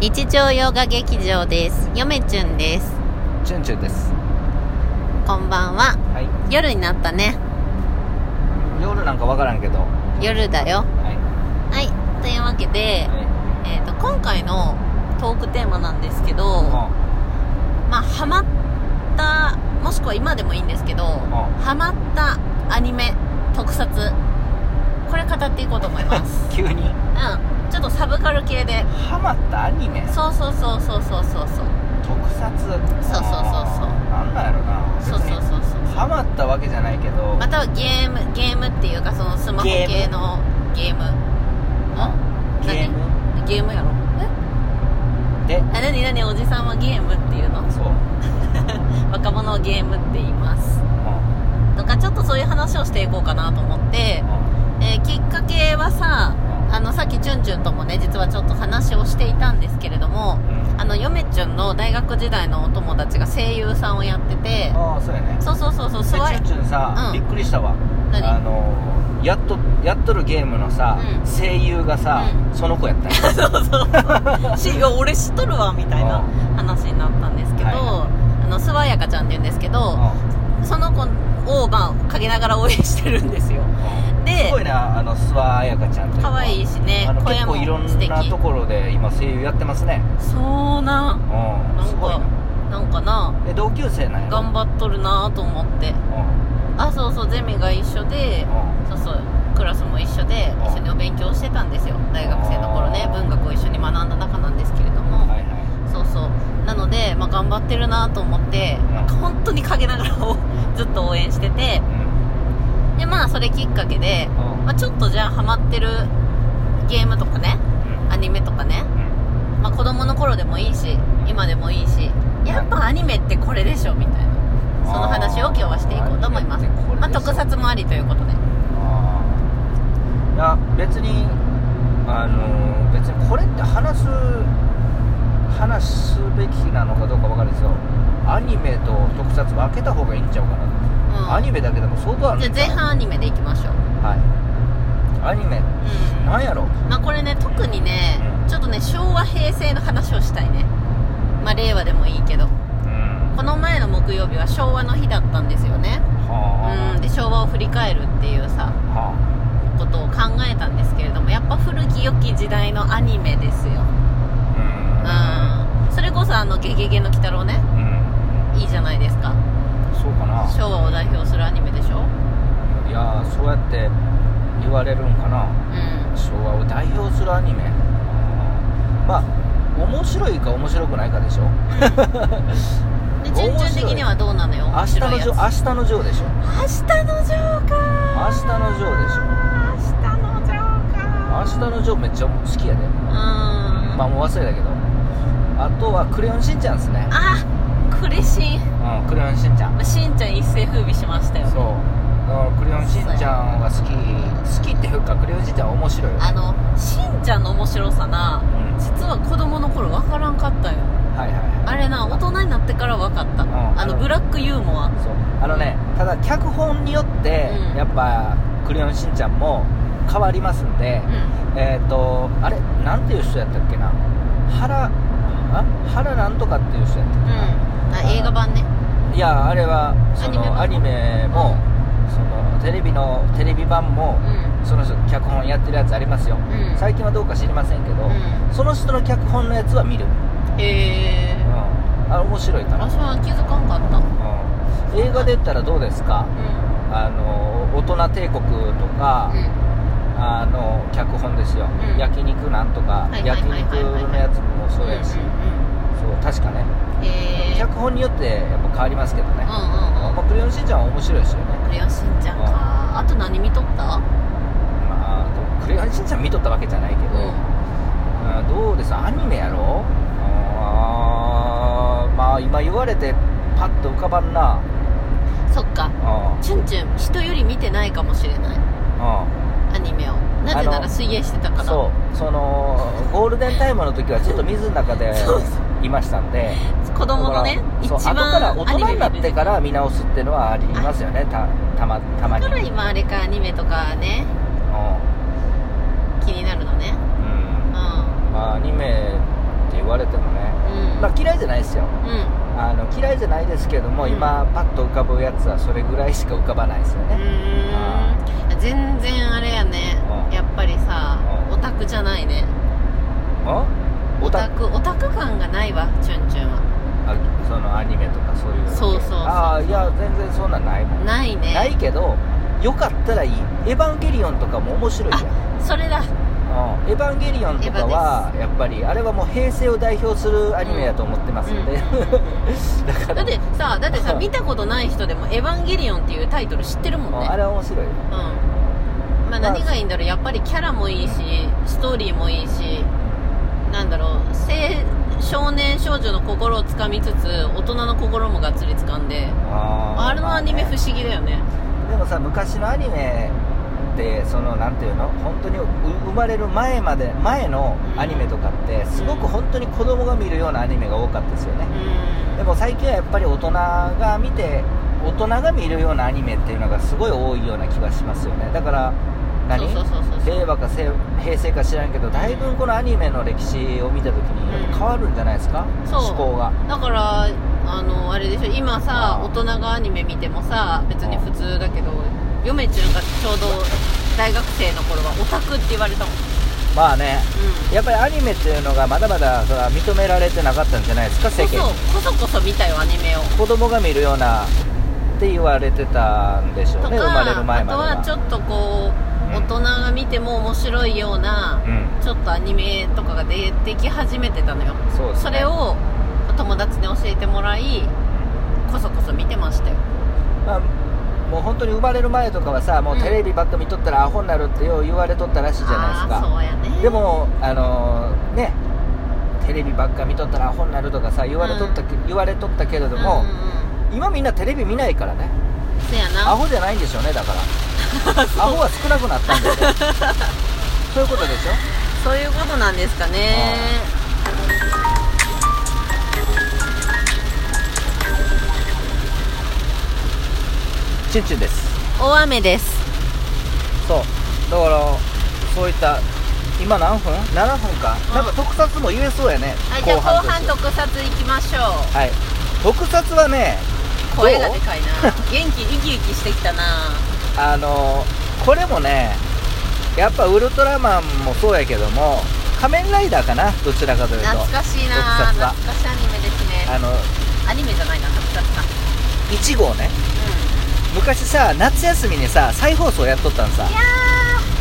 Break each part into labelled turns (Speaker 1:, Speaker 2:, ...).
Speaker 1: 日常洋画劇場ですよめちゅんです
Speaker 2: チュンチュンです
Speaker 1: こんばんは
Speaker 2: はい
Speaker 1: 夜になったね
Speaker 2: 夜なんかわからんけどは
Speaker 1: 夜だよ
Speaker 2: い
Speaker 1: はいというわけで、
Speaker 2: は
Speaker 1: えー、と今回のトークテーマなんですけどまあハマったもしくは今でもいいんですけどハマったアニメ特撮これ語っていこうと思います
Speaker 2: 急に
Speaker 1: うんちょっとサブカル系で
Speaker 2: ハマったアニメ
Speaker 1: そうそうそうそうそうそうそう
Speaker 2: 特撮
Speaker 1: そうそうそうそう
Speaker 2: なんなんやろな
Speaker 1: そうそうそうそう
Speaker 2: うハマったわけじゃないけど
Speaker 1: またはゲームゲームっていうかそのスマホ
Speaker 2: ゲーム
Speaker 1: 系のゲームん
Speaker 2: ゲーム
Speaker 1: ゲームやろえ
Speaker 2: で
Speaker 1: あなになにおじさんはゲームっていうの
Speaker 2: そう
Speaker 1: 若者はゲームって言います
Speaker 2: うん
Speaker 1: とかちょっとそういう話をしていこうかなと思って、えーきっかけはさあのさっきチュンチュンともね実はちょっと話をしていたんですけれども
Speaker 2: うん
Speaker 1: あの嫁ちゅんの大学時代のお友達が声優さんをやってて
Speaker 2: ああそうやね
Speaker 1: そうそうそうそう
Speaker 2: でチ
Speaker 1: すごい
Speaker 2: ュンチュンさ
Speaker 1: うん
Speaker 2: びっくりしたわ
Speaker 1: 何
Speaker 2: あのやっとやっとるゲームのさ
Speaker 1: うん
Speaker 2: 声優がさその子やったんや
Speaker 1: しいや俺知っとるわみたいな話になったんですけど、
Speaker 2: は
Speaker 1: あのスワヤカちゃんって言うんですけどその子をまあ陰ながら応援してるんですよ
Speaker 2: うん
Speaker 1: です
Speaker 2: ごいなあの諏訪彩香ちゃんという
Speaker 1: 可愛いしね
Speaker 2: あの
Speaker 1: 声
Speaker 2: 結
Speaker 1: も
Speaker 2: 構いろ
Speaker 1: 素
Speaker 2: ん
Speaker 1: 敵
Speaker 2: なところで今声優やってますね
Speaker 1: そうな
Speaker 2: うんん
Speaker 1: なん
Speaker 2: すごい
Speaker 1: か
Speaker 2: な
Speaker 1: なんかな
Speaker 2: え同級生なんやろ
Speaker 1: 頑張っとるなと思ってあそうそうゼミが一緒でそうそうクラスも一緒で
Speaker 2: うん
Speaker 1: 一緒にお勉強してたんですよ大学生の頃ね文学を一緒に学んだ仲なんですけれど
Speaker 2: うんうん
Speaker 1: も
Speaker 2: はいは
Speaker 1: そうそうなので、まあ、頑張ってるなと思って
Speaker 2: うん
Speaker 1: 本当に陰ながらを ずっと応援してて
Speaker 2: いうん
Speaker 1: でまあそれきっかけで、
Speaker 2: うん
Speaker 1: まあ、ちょっとじゃあハマってるゲームとかねアニメとかね、
Speaker 2: うん
Speaker 1: まあ、子供の頃でもいいし今でもいいしやっぱアニメってこれでしょみたいなその話を今日はしていこうと思います
Speaker 2: あーアニメってこれ
Speaker 1: まあ、
Speaker 2: でしょ
Speaker 1: 特撮もありということで
Speaker 2: あーいや別にあのー別にこれって話す話すべきなのかどうか分かるんないですよアニメと特撮分けた方がいいんちゃうかな
Speaker 1: う
Speaker 2: ア
Speaker 1: ん
Speaker 2: ニメだけでも相当あるん
Speaker 1: じ
Speaker 2: ち
Speaker 1: ゃあ
Speaker 2: ゃ
Speaker 1: 前
Speaker 2: う
Speaker 1: 半アニメでいきましょう
Speaker 2: はいアニメ
Speaker 1: うん
Speaker 2: なんやろ
Speaker 1: まあこれね特にね
Speaker 2: うん
Speaker 1: ちょっとね昭和平成の話をしたいねまあ令和でもいいけど
Speaker 2: うん
Speaker 1: この前の木曜日は昭和の日だったんですよねうん
Speaker 2: は
Speaker 1: で昭和を振り返るっていうさ
Speaker 2: あは
Speaker 1: ことを考えたんですけれどもやっぱ古き良き時代のアニメですよ
Speaker 2: あ
Speaker 1: うんそれこそあの「ゲゲゲの鬼太郎ね
Speaker 2: うんうん」
Speaker 1: いいじゃないですか
Speaker 2: そうかな
Speaker 1: 昭和を代表するアニメでしょ
Speaker 2: いやーそうやって言われるんかな
Speaker 1: うん
Speaker 2: 昭和を代表するアニメまあ面白いか面白くないかでしょ
Speaker 1: で順々的にはどうなのよ
Speaker 2: 明
Speaker 1: 面
Speaker 2: 日の
Speaker 1: 白いや
Speaker 2: ジョ
Speaker 1: つ
Speaker 2: ー明日のジョーでしょ
Speaker 1: 明日のジョー
Speaker 2: 明
Speaker 1: か
Speaker 2: 日のジョーでしょ
Speaker 1: 明日のジョーか
Speaker 2: 明日のジョーめっちゃ好きやで
Speaker 1: うーん、
Speaker 2: まあもう忘れたけどあとはクレヨンしんちゃんですね
Speaker 1: あクレシン
Speaker 2: うんクレヨンしんちゃん
Speaker 1: まあしんちゃん一世風靡しましたよ
Speaker 2: そうだからクレヨンしんちゃんは好き好きっていうかクレヨンしんちゃんは面白いよ
Speaker 1: あのしんちゃんの面白さ
Speaker 2: う
Speaker 1: なん実は子供の頃わからんかったよ
Speaker 2: はいはいは
Speaker 1: あ
Speaker 2: い
Speaker 1: れな大人になってからわかった
Speaker 2: ん
Speaker 1: あのブラックユーモア
Speaker 2: そうあのねただ脚本によって
Speaker 1: うん
Speaker 2: やっぱ「クレヨンしんちゃん」も変わりますんで
Speaker 1: う、ん
Speaker 2: えっ、とあれなんていう人やったっけな原あ原なんとかっていう人やったっ
Speaker 1: うんあ映画版ね
Speaker 2: けないやあれはその
Speaker 1: ア
Speaker 2: ア
Speaker 1: ニ
Speaker 2: ニメもそのテレビのテレビ版も
Speaker 1: うん
Speaker 2: その人脚本やってるやつありますよ
Speaker 1: うん
Speaker 2: 最近はどうか知りませんけど、
Speaker 1: う
Speaker 2: その人の脚本のやつは見る、
Speaker 1: んへ
Speaker 2: うん
Speaker 1: え、
Speaker 2: あ面白いから、
Speaker 1: 私は気づかんかった
Speaker 2: うん、映画で言ったらどうですか
Speaker 1: う
Speaker 2: あの大人帝国とか、
Speaker 1: んうん
Speaker 2: あの脚本ですよ、
Speaker 1: うん
Speaker 2: 焼肉なんとか、
Speaker 1: はいはい
Speaker 2: 焼
Speaker 1: はい
Speaker 2: 肉
Speaker 1: はいはい
Speaker 2: のやつもそうやし、
Speaker 1: う
Speaker 2: そう確かね、
Speaker 1: んうんへえ
Speaker 2: 脚本によってやっぱ変わりますけどね
Speaker 1: う、んうん
Speaker 2: ま
Speaker 1: う
Speaker 2: あ、クレヨンしんちゃんは面白いですよね、
Speaker 1: んクレヨンしんちゃんかあと何見とった
Speaker 2: まあ、でもクレヨンしんちゃん見とったわけじゃないけど、うんどうですアニメやろあーまあ今言われてパッと浮かばんな
Speaker 1: そっか
Speaker 2: あ
Speaker 1: チュンチュン人より見てないかもしれない
Speaker 2: あ
Speaker 1: アニメをなぜな
Speaker 2: あ
Speaker 1: ら
Speaker 2: の
Speaker 1: 水泳してたから
Speaker 2: そうそのゴールデンタイムの時はずっと水の中 で
Speaker 1: そうそ
Speaker 2: いましたんで
Speaker 1: 子供のね一
Speaker 2: そ
Speaker 1: 番
Speaker 2: う後から大人にな
Speaker 1: ア
Speaker 2: っ
Speaker 1: ニメ見
Speaker 2: て
Speaker 1: る
Speaker 2: から見直すっていうのはありますよねたたまたま
Speaker 1: だ
Speaker 2: に
Speaker 1: から今あれかアニメとかね
Speaker 2: う
Speaker 1: 気になるのね
Speaker 2: ん、うん
Speaker 1: うん
Speaker 2: まあ、アニメって言わわれてもね、
Speaker 1: うん
Speaker 2: まあ、嫌いじゃないですよ
Speaker 1: うん
Speaker 2: あの嫌いじゃないですけども、
Speaker 1: うん
Speaker 2: 今パッと浮かぶやつはそれぐらいしか浮かばないですよね、あ
Speaker 1: うーん全然あれやね
Speaker 2: うん
Speaker 1: やっぱりさ
Speaker 2: うん
Speaker 1: オタクじゃないね
Speaker 2: あ
Speaker 1: オタクオタク感がないわチュンチュンは
Speaker 2: あそのアニメとかそういうの
Speaker 1: そうそうそう
Speaker 2: ああいや全然そんなんないもん
Speaker 1: ないね
Speaker 2: ないけどよかったらいい「エヴァンゲリオン」とかも面白いじゃん
Speaker 1: それだ
Speaker 2: うんエヴァンゲリオンとかはやっぱりあれはもう平成を代表するアニメだと思ってます んで、だ
Speaker 1: だ
Speaker 2: から
Speaker 1: ってさだってさ
Speaker 2: うん
Speaker 1: 見たことない人でも「エヴァンゲリオン」っていうタイトル知ってるもん
Speaker 2: うん
Speaker 1: ね
Speaker 2: あれは面白いよ
Speaker 1: うんまあ何がいいんだろうやっぱりキャラもいいしストーリーもいいしなんだろう青少年少女の心をつかみつつ大人の心もがっつりつかんで
Speaker 2: あー
Speaker 1: あれのアニメ
Speaker 2: まあ
Speaker 1: 不
Speaker 2: ね
Speaker 1: 思議だよね
Speaker 2: でもさ昔のアニメってそのなんていうの本当にう生まれる前まで前のアニメとかってすごく本当に子供が見るようなアニメが多かったですよね
Speaker 1: うん
Speaker 2: でも最近はやっぱり大人が見て大人が見るようなアニメっていうのがすごい多いような気がしますよねだから何
Speaker 1: そうそうそうそう
Speaker 2: 令和かせ平成か知らんけどだいぶこのアニメの歴史を見た時にやっぱ変わるんじゃないですか、
Speaker 1: そう
Speaker 2: 思考が
Speaker 1: だからあのあれでしょ今さ
Speaker 2: うん
Speaker 1: 大人がアニメ見てもさ別に普通だけど嫁ちゃんがちょうど大学生の頃はオタクって言われたもん
Speaker 2: まあね
Speaker 1: う
Speaker 2: やっぱりアニメっていうのがまだまだそれは認められてなかったんじゃないですか世
Speaker 1: んこ
Speaker 2: 間に
Speaker 1: そこそこそ見たよアニメを
Speaker 2: 子供が見るようなって言われてたんでしょう
Speaker 1: と
Speaker 2: ね生まれる
Speaker 1: か
Speaker 2: 前
Speaker 1: あ
Speaker 2: ま
Speaker 1: と
Speaker 2: では
Speaker 1: はちょっとこう
Speaker 2: う
Speaker 1: 大
Speaker 2: ん
Speaker 1: 人が見ても面白いような
Speaker 2: うん
Speaker 1: ちょっとアニメとかが出てき始めてたのよ
Speaker 2: そうです
Speaker 1: そ
Speaker 2: ね
Speaker 1: れをお友達に教えてもらいこそこそ見てましたよ
Speaker 2: まあ、もう本当に生まれる前とかはさもううんテレビばっか見とったらアホになるってよう言われとったらしいじゃないです
Speaker 1: あー
Speaker 2: か
Speaker 1: そうやね
Speaker 2: でもあのーねテレビばっか見とったらアホになるとかさ言われとったけ、言われとったけれど
Speaker 1: うん、う
Speaker 2: も
Speaker 1: ん
Speaker 2: 今みんなテレビ見ないからね
Speaker 1: うんせやな
Speaker 2: アホじゃないんでしょうねだから アホは少なくなったんだよねそういうことでしょ
Speaker 1: そういうことなんですかね
Speaker 2: チュンチュンです
Speaker 1: 大雨です
Speaker 2: そうだからそういった今何分 ?7 分か、
Speaker 1: うん
Speaker 2: なんか特撮も言えそうやね、
Speaker 1: はいじゃあ後
Speaker 2: とし
Speaker 1: 半
Speaker 2: て
Speaker 1: 特撮行きましょ
Speaker 2: はい特撮はね
Speaker 1: う声がでかいな元気生き生きしてきたな
Speaker 2: あのこれもねやっぱウルトラマンもそうやけども仮面ライダーかなどちらかというと
Speaker 1: 懐かしいな
Speaker 2: 特撮は
Speaker 1: 懐かしいアニメですね
Speaker 2: あの
Speaker 1: アニメじゃないな特撮か
Speaker 2: 1号ね
Speaker 1: う
Speaker 2: 昔さ夏休みにさ再放送やっとったんさ
Speaker 1: んいや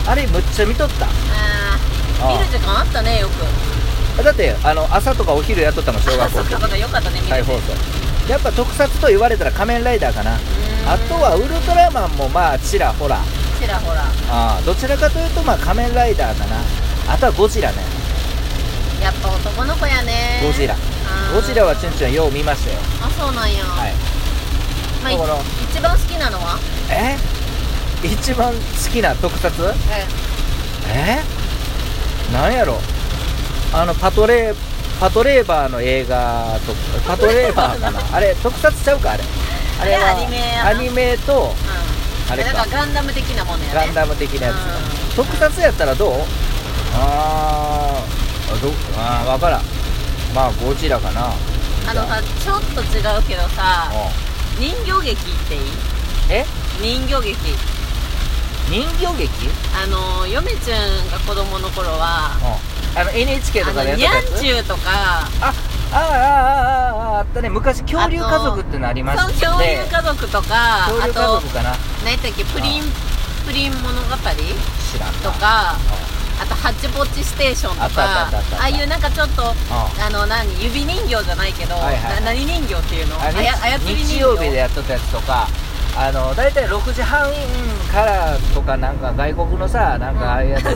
Speaker 2: あれむっちゃ見とった
Speaker 1: ーあー
Speaker 2: ああ
Speaker 1: 見る時間あったねよく
Speaker 2: だってあの朝とかお昼やっとったの小
Speaker 1: あ
Speaker 2: 学校
Speaker 1: そ
Speaker 2: の
Speaker 1: っかそっ
Speaker 2: 時
Speaker 1: かよかったね見れて
Speaker 2: 再放送やっぱ特撮と言われたら仮面ライダーか
Speaker 1: う
Speaker 2: な
Speaker 1: ーん
Speaker 2: あとはウルトラマンもまあちらほら
Speaker 1: ちらほら
Speaker 2: あーどちらかというとまあ仮面ライダーかなあとはゴジラね
Speaker 1: やっぱ男の子やね
Speaker 2: ゴジラ
Speaker 1: あー
Speaker 2: ゴジラはチュンチュンよう見ましたよ
Speaker 1: あそうなんや、
Speaker 2: はい
Speaker 1: まあ、い
Speaker 2: だから
Speaker 1: 一番好きなのは
Speaker 2: え一番好きな特撮えなんやろあのパトレーパトレーバーの映画とパトレーバーか なあれ特撮ちゃうかあれ
Speaker 1: あれアニメやな
Speaker 2: アニメと
Speaker 1: うん
Speaker 2: あれか
Speaker 1: なんかガンダム的なものやね
Speaker 2: ガンダム的なやつ、
Speaker 1: うん
Speaker 2: 特撮やったらどうあーあどあーわからんまあゴジラかな
Speaker 1: あのさちょっと違うけどさ
Speaker 2: う
Speaker 1: 人形劇っていい
Speaker 2: んえ
Speaker 1: 人形劇
Speaker 2: 人形劇
Speaker 1: あの嫁ちゅんが子供の頃は
Speaker 2: うんあの NHK とか
Speaker 1: あ
Speaker 2: で
Speaker 1: の
Speaker 2: やっ
Speaker 1: ニ
Speaker 2: て
Speaker 1: ャ
Speaker 2: たや
Speaker 1: ン
Speaker 2: つ
Speaker 1: チューとか
Speaker 2: ああああああああったね昔恐竜家族ってのありま
Speaker 1: その
Speaker 2: して
Speaker 1: 恐竜家族とか
Speaker 2: 恐
Speaker 1: あ
Speaker 2: 竜
Speaker 1: と
Speaker 2: 家族かな
Speaker 1: 何だっけプリンプリン物語と
Speaker 2: 知らんな
Speaker 1: かあとハッチポッチステーション
Speaker 2: あっ
Speaker 1: と
Speaker 2: た
Speaker 1: か
Speaker 2: あったあったあった
Speaker 1: ああいうなんかちょっとあの何指人形じゃないけど、
Speaker 2: はいはい
Speaker 1: な何人形っていうの
Speaker 2: あ
Speaker 1: あや操り
Speaker 2: 日
Speaker 1: 人形
Speaker 2: 日曜日でやっとったやつとかあの大体6時半からとかなんか外国のさなんかああいうやつ、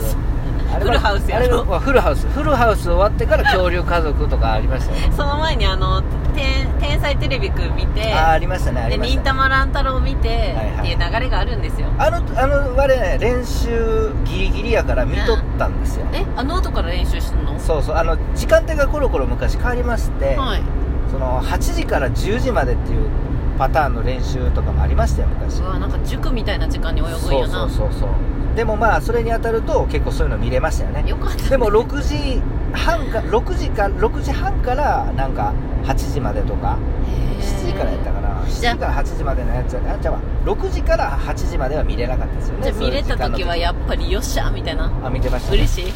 Speaker 2: あれ
Speaker 1: フルハウスやろ
Speaker 2: あれはフルハウスフルハウス終わってから恐竜家族とかありましたよね
Speaker 1: その前にあの「天天才テレビくん」見て
Speaker 2: あーありましたねあ
Speaker 1: で
Speaker 2: りまし
Speaker 1: 忍
Speaker 2: た
Speaker 1: た
Speaker 2: ね
Speaker 1: ま乱太郎を見て、
Speaker 2: はいはい
Speaker 1: っていう流れがあるんですよ
Speaker 2: あのあの我ね練習ギリギリやから見とったんですよ、
Speaker 1: えあノートから練習してんの
Speaker 2: そうそうあの時間帯がコロコロ昔変わりまして、
Speaker 1: はい
Speaker 2: その8時から10時までっていうパターンの練習とかもありましたよ昔
Speaker 1: うわなんか塾みたいな時間に泳ぐん
Speaker 2: そ
Speaker 1: や
Speaker 2: うそ
Speaker 1: な
Speaker 2: うそうそうでもまあそれに当たると結構そういうの見れましたよね
Speaker 1: よかったね
Speaker 2: でも6時半か6時か6時半からなんか8時までとか
Speaker 1: へー
Speaker 2: 7時からやったかな7時
Speaker 1: じゃあ
Speaker 2: から8時までのやつやなじゃあ6時から8時までは見れなかったですよね
Speaker 1: じゃあ見れた時はや
Speaker 2: っ
Speaker 1: っぱりよっしゃみたいな
Speaker 2: あ見てましたね
Speaker 1: 嬉しい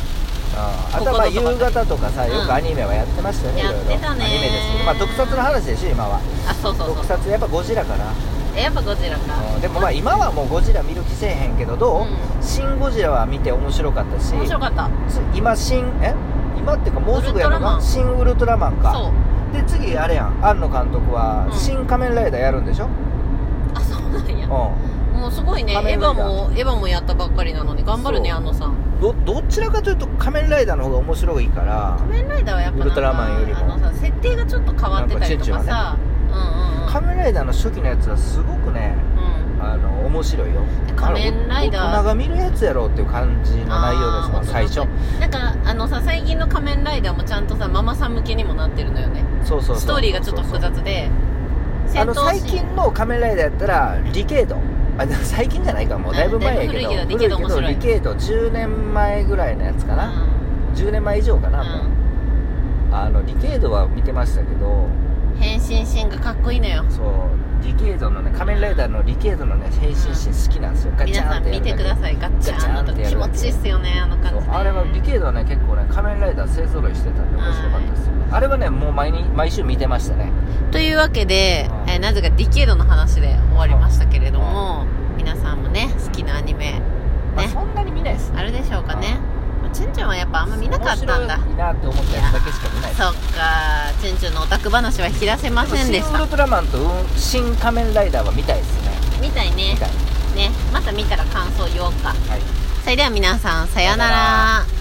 Speaker 2: ああとはまあ
Speaker 1: ここ
Speaker 2: 夕
Speaker 1: のとこ
Speaker 2: 方とかさ
Speaker 1: うん
Speaker 2: よくアニメはやってましたよね、
Speaker 1: や
Speaker 2: いろい
Speaker 1: っ
Speaker 2: ろ
Speaker 1: てたね
Speaker 2: アニメですけどまあ特撮の話でしょ今は
Speaker 1: あそうそうそう
Speaker 2: 特撮やっぱゴジラかな、
Speaker 1: えやっぱゴジラか
Speaker 2: うんでもまあ今はもうゴジラ見る気せえへんけどどう、
Speaker 1: うん
Speaker 2: シン・ゴジラは見て面白かったし
Speaker 1: 面白かった
Speaker 2: つ今新え今っていうかもうすぐやる
Speaker 1: ウルトラマ
Speaker 2: な
Speaker 1: ン
Speaker 2: 新ウルトラマン
Speaker 1: そ
Speaker 2: か
Speaker 1: う
Speaker 2: で次あれやん庵野監督は
Speaker 1: うん
Speaker 2: 新仮面ライダーやるんでしょ、
Speaker 1: あそうなんや
Speaker 2: う
Speaker 1: もうすごいねエ
Speaker 2: 仮面
Speaker 1: ヴ
Speaker 2: ラ
Speaker 1: ァ
Speaker 2: イダー
Speaker 1: もエヴァもやったばっかりなのに頑張るね
Speaker 2: そう
Speaker 1: あのさん
Speaker 2: んどどちらかというと仮面ライダーの方が面白いから
Speaker 1: 仮面ライダーはやっぱなんか
Speaker 2: ウルトラマンよりも
Speaker 1: あのさ設定がちょっと変わってたりとかさ
Speaker 2: 仮面ライダーの初期のやつはすごくね
Speaker 1: うんうんうんうん
Speaker 2: あの面白いよ
Speaker 1: で仮面ライダー
Speaker 2: あの大人が見るやつやろうっていう感じの内容ですも
Speaker 1: あー
Speaker 2: ん最初
Speaker 1: 大なんかあのさ最近の仮面ライダーもちゃんとさママさん向けにもなってるのよね
Speaker 2: そうそうそう
Speaker 1: ストーリーがちょっと複雑で
Speaker 2: あの最
Speaker 1: ーン
Speaker 2: 近の仮面ライダーやったらリケードあでも最近じゃないかもうだいぶ前やけど
Speaker 1: うんだいぶ古いけど
Speaker 2: 古
Speaker 1: リ
Speaker 2: リケード10年前ぐらいのやつか
Speaker 1: か
Speaker 2: な、10年前以上かな、もうあのリケードは見てましたけど
Speaker 1: 変身シーンがかっこいいのよ
Speaker 2: そうリケードのね仮面ライダーのリケードのね変身シーン好きなんですよガチ
Speaker 1: 皆
Speaker 2: ャーン
Speaker 1: さ
Speaker 2: っ
Speaker 1: ん
Speaker 2: てや
Speaker 1: 見
Speaker 2: る
Speaker 1: てくだ
Speaker 2: い
Speaker 1: さいガッチャーンの
Speaker 2: ガチャーンって
Speaker 1: 時
Speaker 2: や
Speaker 1: 気
Speaker 2: る
Speaker 1: 持ちいいっすよねあの感じね
Speaker 2: あれはリケードはね結構ね仮面ライダー勢ぞろいしてたんで面白かったですよあれはねもう毎に毎週見てましたね
Speaker 1: というわけで、
Speaker 2: うん
Speaker 1: えーなぜかディケードの話で終わりましたけれども、皆さんもね好きなアニメ
Speaker 2: まあ
Speaker 1: ね
Speaker 2: そんなに見ないです
Speaker 1: あるでしょうかね、まあ、チュンチュンはやっぱあんま見なかったんだ
Speaker 2: 面白いなって思ったやつだけしか見ないです
Speaker 1: そっかチュンチュンのオタク話は引き出せませんでし
Speaker 2: 新ウ
Speaker 1: た
Speaker 2: ルトラマンとうん新仮面ライダーは見たいですね
Speaker 1: みたいね
Speaker 2: 見たい
Speaker 1: ねまた見たら感想言おうか
Speaker 2: はい
Speaker 1: それでは皆さんさようなら